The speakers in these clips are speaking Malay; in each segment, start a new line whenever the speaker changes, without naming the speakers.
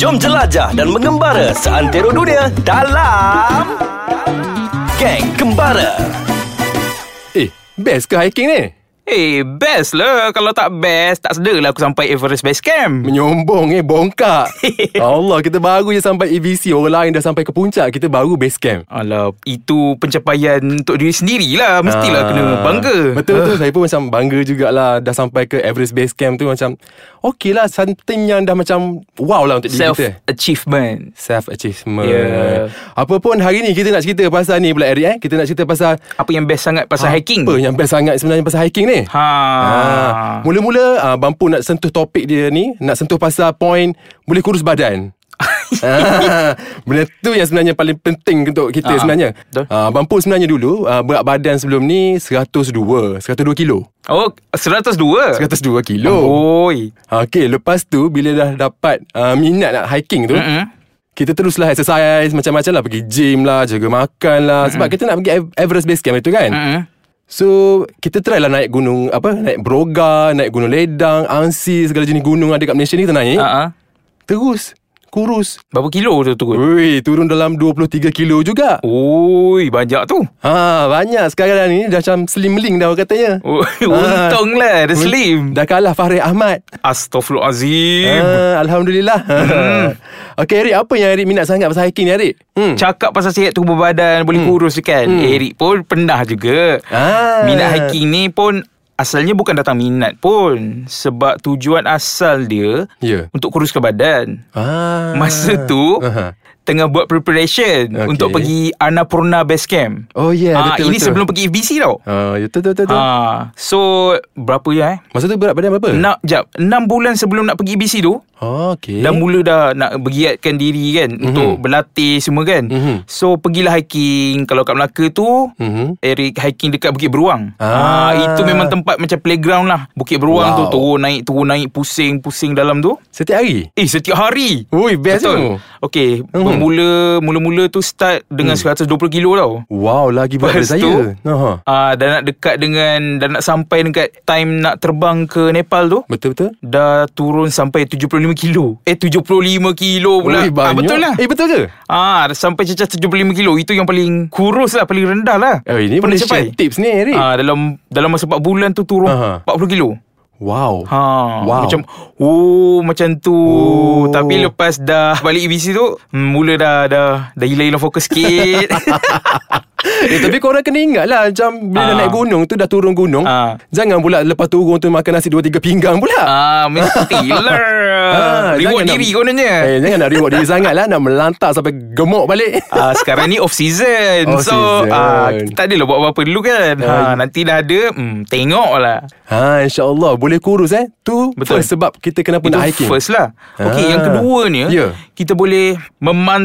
Jom jelajah dan mengembara seantero dunia dalam Geng Kembara.
Eh, best ke hiking ni?
Eh, best lah. Kalau tak best, tak sedalah aku sampai Everest Base Camp.
Menyombong eh, bongkak. Allah, kita baru je sampai EVC. Orang lain dah sampai ke puncak. Kita baru base camp.
Alah, itu pencapaian untuk diri sendirilah. Mestilah
Ah.
kena bangga. Ah.
Betul betul Saya pun macam bangga jugalah Dah sampai ke Everest Base Camp tu Macam Okey lah Something yang dah macam Wow lah untuk diri kita
Self-achievement.
Self-achievement
Yeah.
Apa pun hari ni Kita nak cerita pasal ni pula Eric eh Kita nak cerita pasal
Apa yang best sangat pasal hiking?
Apa yang best sangat sebenarnya pasal hiking ni
Ha.
Ah, mula-mula ah, Bampu nak sentuh topik dia ni Nak sentuh pasal point Boleh kurus badan ah, benda tu yang sebenarnya paling penting untuk kita
Ah,
sebenarnya
betul.
ah, Bampu sebenarnya dulu ah, Berat badan sebelum ni 102 102 kilo
Oh, 102.
102 kilo
Oi.
Ah, Okay lepas tu Bila dah dapat ah, Minat nak hiking tu
Mm-mm.
Kita teruslah exercise Macam-macam lah Pergi gym lah Jaga makan lah Sebab kita nak pergi Ev- Everest Base Camp itu kan
Mm-mm.
So kita try lah naik gunung apa naik Broga, naik gunung Ledang, Angsi segala jenis gunung ada kat Malaysia ni kita naik.
Ha-ha.
Terus kurus.
Ah, Berapa kilo tu turun?
Woi, turun dalam 23 kilo juga.
Oi, banyak tu.
Ha, banyak sekarang ni dah macam slimling dah orang katanya.
Oi,
Ah.
Untung lah, dia
Un-
slim.
Dah kalah Fahri Ahmad.
Astaghfirullahalazim.
Ha, alhamdulillah.
Hmm.
Okey Erik, apa yang Erik minat sangat pasal hiking ni Erik? Hmm.
Cakap pasal sihat tubuh badan Boleh kurus kan Eric pun pernah juga
Ah.
Minat hiking ni pun Asalnya bukan datang minat pun Sebab tujuan asal dia
Ya.
Untuk kuruskan badan
Ah.
Masa tu
Aha.
Tengah buat preparation
Okey.
Untuk pergi Annapurna Base Camp
Oh ya, yeah,
Ah,
betul
Ini
betul.
sebelum pergi FBC tau
Ah, ya, betul betul betul.
Ah, So Berapa ya eh
Masa tu berat badan berapa?
nak jap 6 bulan sebelum nak pergi BC tu
Oh, okey.
Dah mula dah nak bergiatkan diri kan mm-hmm. Untuk berlatih semua kan
Mhm.
mm-hmm. So pergilah hiking Kalau kat Melaka tu
Mhm.
mm-hmm. Eric hiking dekat Bukit Beruang
Ah.
ah. Itu memang tempat macam playground lah Bukit Beruang
Wow.
tu Turun naik turun naik Pusing-pusing dalam tu
Setiap hari?
Eh setiap hari
Ui, Oh, best tu.
Betul Okay
Mhm.
bermula, Mula-mula tu start dengan mm. 120 kilo tau
Wow, lagi berat
Lepas
daripada
tu,
saya. Aha.
ah, Dah nak dekat dengan Dah nak sampai dekat time nak terbang ke Nepal tu
Betul-betul?
dah turun sampai 75 kilo. Eh 75 kilo pula.
Ui,
ah, betul lah.
Eh, betul ke?
Ah, dah sampai cecah 75 kilo itu yang paling kurus lah, paling rendah lah.
Oh, ini boleh share tips ni, Eric.
Ah, dalam dalam masa 4 bulan tu turun
Aha.
40 kilo.
Wow.
Ha,
Wow.
macam oh macam tu.
Oh.
Tapi lepas dah balik EBC tu, hmm, mula dah dah dah hilang-hilang fokus sikit.
eh, tapi korang kena ingat lah. Macam bila dah
Ah.
naik gunung tu, dah turun gunung.
Ah.
Jangan pula lepas turun tu makan nasi dua tiga pinggang pula.
ah, mestilah.
Ah,
Reward
jangan
diri
nak-
kononnya.
Eh, jangan nak reward diri sangat lah. Nak melantar sampai gemuk balik.
Ah sekarang ni off season.
Off
so
season.
ah tak adalah buat apa-apa dulu kan. Ha
Ah.
nanti dah ada hmm tengoklah.
ha, insyaAllah. Boleh kurus eh. Tu
Betul.
first sebab kita kenapa
Itu
nak hiking.
first lah. Okey
Ah.
yang kedua ni
Ya.
kita boleh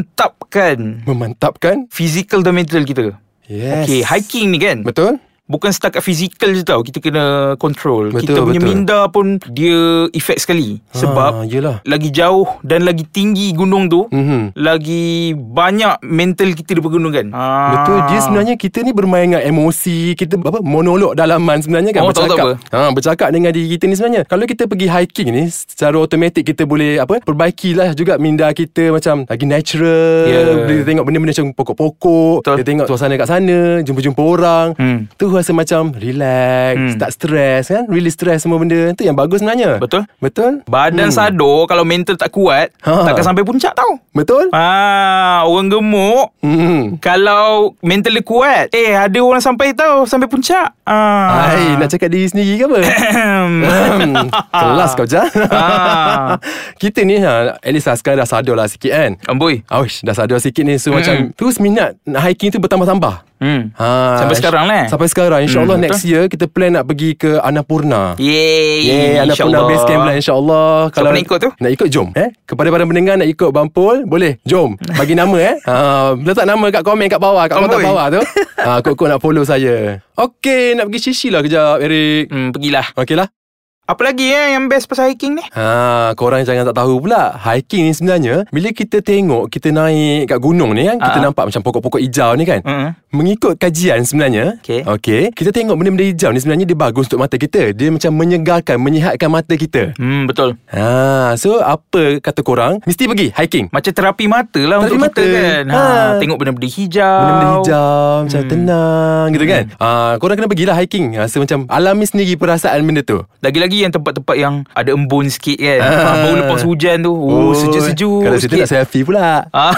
memantapkan
Memantapkan.
physical dan mental kita.
Yes.
Okey hiking ni kan.
Betul?
Bukan setakat fizikal je tau Kita kena control
Betul,
Kita punya
betul.
minda pun Dia efek sekali
Ah,
Sebab
yelah.
Lagi jauh Dan lagi tinggi gunung tu
Mhm.
Lagi banyak mental kita dipergunakan ah.
Betul Dia sebenarnya kita ni bermain dengan emosi Kita apa monolog dalaman sebenarnya kan
Oh, tak, tak
ha, Bercakap dengan diri kita ni sebenarnya Kalau kita pergi hiking ni Secara automatik kita boleh apa Perbaikilah juga minda kita Macam lagi natural
Ya.
Boleh Kita tengok benda-benda macam pokok-pokok
Betul.
Kita tengok suasana kat sana Jumpa-jumpa orang
Hmm.
Tu rasa macam relax
Hmm.
Tak stress kan Release stress semua benda Itu yang bagus sebenarnya
Betul.
Betul
Badan hmm. sador kalau mental tak kuat,
Ha.
ha. takkan sampai puncak tau.
Betul
Ah, orang gemuk
Hmm
kalau mental dia kuat, eh ada orang sampai tau sampai puncak. Ah.
Hai, nak cakap diri sendiri ke apa? Ahem. Kelas kau je
Ah.
Kita ni ha, At least lah sekarang dah sadar lah sikit kan
Amboi.
Awish dah sadar sikit ni So macam Terus minat nak hiking tu bertambah-tambah
Hmm.
ha,
Sampai sekarang lah, eh?
Sampai sekarang InsyaAllah
Hmm,
next year Kita plan nak pergi ke Annapurna
Yeay.
Yeah, Annapurna
insyaAllah.
Base Camp lah InsyaAllah
Siapa nak ikut tu?
Nak ikut jom eh? Kepada para pendengar nak ikut Bampul Boleh jom Bagi nama eh ha, Letak nama kat komen kat bawah Kat kotak
Amboi.
bawah tu ha, Kok-kok nak follow saya Okay nak pergi sisi lah kejap Eric
Hmm, pergilah.
Okey lah
Apa lagi eh yang best pasal hiking ni?
Ha, korang jangan tak tahu pula Hiking ni sebenarnya Bila kita tengok Kita naik kat gunung ni kan Kita
Ah.
nampak macam pokok-pokok hijau ni kan
Mm.
Mengikut kajian sebenarnya
Okey.
okay Kita tengok benda-benda hijau ni Sebenarnya dia bagus untuk mata kita Dia macam menyegarkan Menyihatkan mata kita
Hmm, betul.
ha, So apa kata korang Mesti pergi hiking
Macam terapi mata lah
Terapi
untuk kita
mata.
kan. Ha,
Ha.
tengok benda-benda hijau.
Benda-benda hijau Macam
Hmm.
tenang gitu kan ha, Korang kena pergilah hiking Rasa macam alami sendiri perasaan benda tu
Lagi-lagi yang tempat-tempat yang ada embun sikit kan. Ha, baru lepas hujan tu. Oh, sejuk-sejuk.
Kalau situ nak selfie pula
Ah.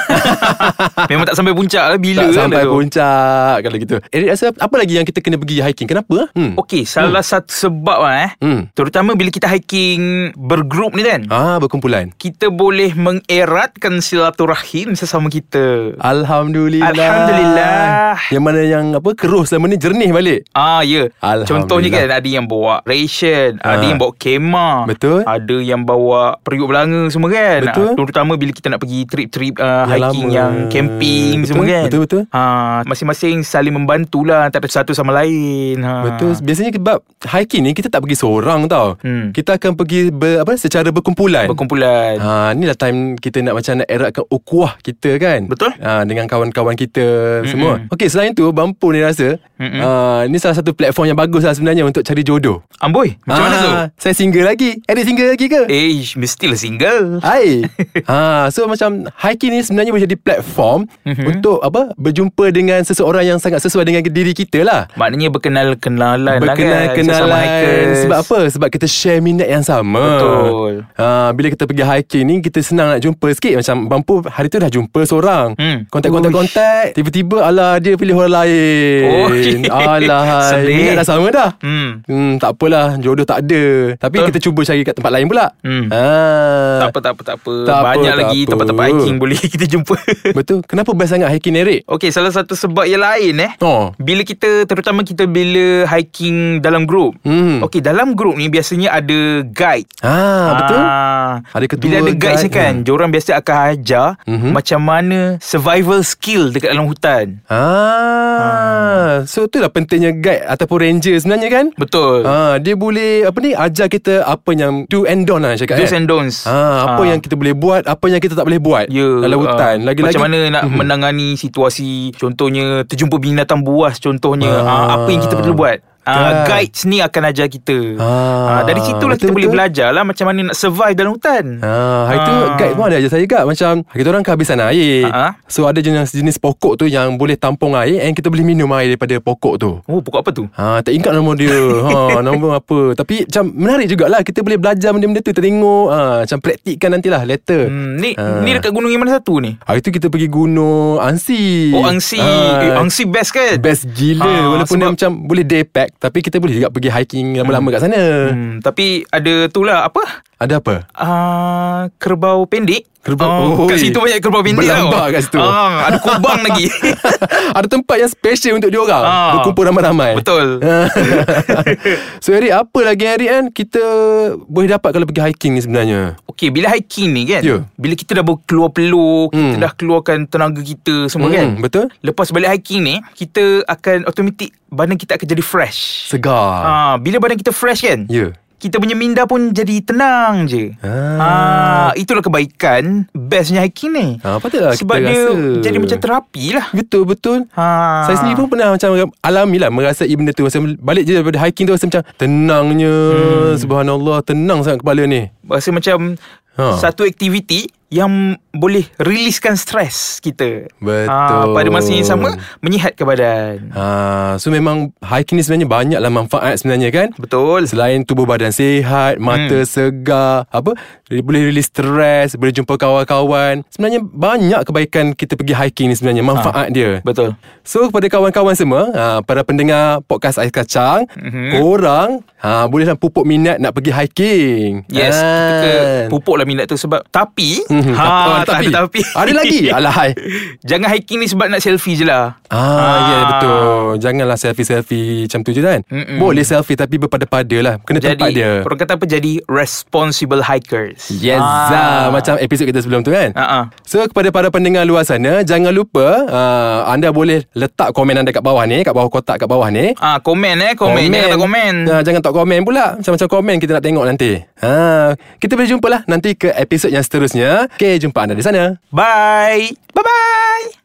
Memang tak sampai puncak lah bila
tak
kan
sampai
tu.
puncak kalau gitu. Eric rasa apa lagi yang kita kena pergi hiking? Kenapa? Hmm.
Okey, salah hmm. satu sebab lah eh.
Hmm.
Hmm. Terutama bila kita hiking bergrup ni kan.
Ah berkumpulan.
Kita boleh mengeratkan silaturahim sesama kita.
Ah. Alhamdulillah.
Alhamdulillah.
Yang mana yang apa keruh selama ni jernih balik.
Ah ya
Alhamdulillah.
Contohnya kan Ada yang bawa ration ha. Ada
Ah.
yang bawa kemah
Betul.
Ada yang bawa Periuk belanga semua kan
Betul.
Ah, Terutama bila kita nak pergi Trip-trip uh,
Yang
Hiking
lama.
yang Camping
Betul,
semua kan
betul, betul.
ha, Masing-masing saling membantulah Antara satu sama lain ha.
Betul. Biasanya sebab hiking ni kita tak pergi seorang tau.
Hmm.
Kita akan pergi ber, apa secara berkumpulan.
Berkumpulan
Ha, inilah time kita nak macam nak eratkan ukuah kita kan
Betul.
ha, Dengan kawan-kawan kita Mm-mm. semua Okey selain tu Bampu ni rasa uh, Ni salah satu platform yang bagus lah sebenarnya Untuk cari jodoh
Amboi Macam mana
Ah,
tu
Saya single lagi Eric single lagi ke?
Eh mestilah single
Hai. ha, so macam hiking ni sebenarnya boleh jadi platform
Mhm.
mm-hmm. untuk apa? Berjumpa dengan seseorang yang sangat sesuai dengan diri kita lah.
Maknanya berkenal-kenalan lah kan Sesama
Berkenal-kenalan
hikers.
Sebab apa? Sebab kita share minat yang sama
Betul.
ha, Bila kita pergi hiking ni Kita senang nak jumpa sikit Macam Bampu hari tu dah jumpa seorang
Hmm.
Kontak-kontak-kontak Tiba-tiba Alah dia pilih orang lain
Oh,
Alah
sedih.
Minat dah sama dah
Hmm
Hmm, tak apalah Jodoh tak ada Tapi
Betul.
kita cuba cari kat tempat lain pula
Hmm.
ha.
tak apa, tak apa, tak apa.
Tak apa,
Banyak
tak
lagi
apa.
tempat-tempat hiking boleh kita jumpa.
Betul Kenapa best sangat hiking ni Eric?
Okey, salah satu sebab yang lain eh.
Oh.
Bila kita terutama kita bila hiking dalam grup.
Hmm.
Okey, dalam grup ni biasanya ada guide.
Ha, betul
Ah,
Ada ketua,
Bila ada guide,
guide.
ni kan,
Hmm.
diorang biasa akan ajar
Mhm.
macam mana survival skill dekat dalam hutan.
Ah, so itulah pentingnya guide ataupun ranger sebenarnya kan?
Betul.
Ah, dia boleh apa ni ajar kita apa yang do and don't lah cakap.
Do's
kan?
and don'ts.
Ah, apa yang kita boleh buat, apa yang kita tak boleh buat
Ya,
dalam
ah,
hutan. Lagi-lagi Mhm.
Macam mana nak menangani situasi Contohnya Terjumpa binatang buas Contohnya
Ah.
ah, Apa yang kita perlu buat Ah,
Kan.
Guides ni akan ajar kita
Ah,
ah, Dari situlah kita
betul-betul.
boleh belajar lah Macam mana nak survive dalam hutan
Ah, hari tu
Ah.
guide pun ada ajar saya juga macam kita orang kehabisan air.
Ah.
So ada jenis-jenis pokok tu yang boleh tampung air and kita boleh minum air daripada pokok tu.
Oh pokok apa tu?
Ha, tak ingat nama dia ha, Nama apa Tapi macam menarik jugalah Kita boleh belajar benda-benda tu Kita tengok ha, Macam praktikkan nantilah Later
Hmm, ni
Ah.
ni dekat gunung yang mana satu ni?
Hari tu kita pergi gunung Angsi
Oh Angsi
Ah,
eh, Angsi best kan?
Best gila
Ah,
Walaupun dia
sebab-
macam Boleh day pack Tapi kita boleh juga pergi hiking Lama-lama kat sana
Hmm, tapi ada tu lah apa?
Ada apa?
Uh, kerbau pendek
Kerbau-
oh,
Oi.
Kat situ banyak kerbau pendek
Berlambak kat situ.
Ah, Ada kubang lagi
Ada tempat yang special untuk diorang
Ah.
Berkumpul ramai-ramai
Betul
So Eric Apa lagi Eric kan Kita Boleh dapat kalau pergi hiking ni sebenarnya
Okay bila hiking ni kan
Ya.
Bila kita dah keluar pelur Kita
Hmm.
dah keluarkan tenaga kita semua
Hmm,
kan
betul.
Lepas balik hiking ni Kita akan automatik Badan kita akan jadi fresh
Segar
ha, Bila badan kita fresh kan
Ah. Ya yeah.
Kita punya minda pun jadi tenang je
Ah.
ha, Itulah kebaikan Bestnya hiking ni
Ah, patutlah kita
Sebab dia
rasa.
jadi macam terapi lah
Betul-betul
ha.
Saya sendiri pun pernah macam alami lah merasai benda tu. Masa balik je daripada hiking tu rasa macam tenangnya. Hmm. Subhanallah, tenang sangat kepala ni.
Rasa macam
Ha.
Satu aktiviti Yang boleh Releasekan stres kita Ah,
Betul.
Pada masa yang sama Menyihatkan badan
Ha, so memang hiking ni sebenarnya banyaklah manfaat sebenarnya kan?
Betul
Selain tubuh badan sihat, mata hmm. segar, apa boleh release stres, boleh jumpa kawan-kawan. Sebenarnya banyak kebaikan kita pergi hiking ni sebenarnya manfaat ha. dia.
Betul
So kepada kawan-kawan semua ha, Para pendengar podcast Ais Kacang mm-hmm. Korang ha, Bolehlah pupuk minat nak pergi hiking
Yes
Kan?
Kita pupuklah minat tu sebab Tapi
Hmm,
Ha,
tap- oh,
tak ada tapi.
Ada lagi Alahai
Jangan hiking ni sebab nak selfie je lah
Ah, ah. ya yeah, betul. Janganlah selfie-selfie macam tu je kan. Mm-mm. Boleh selfie tapi berpada-pada lah. Kena jadi, tempat dia.
Orang kata apa jadi responsible hikers. Ha,
Yes ah. Macam episod kita sebelum tu kan
Ha-ha.
So kepada para pendengar luar sana Jangan lupa uh, Anda boleh letak komen anda kat bawah ni Kat bawah kotak kat bawah ni
Ah, komen eh, komen. Jangan tak komen.
ha, Jangan tak komen pula Macam-macam komen kita nak tengok nanti ha, Kita boleh jumpa lah Nanti ke episod yang seterusnya Okay jumpa anda di sana
Bye. Bye-bye.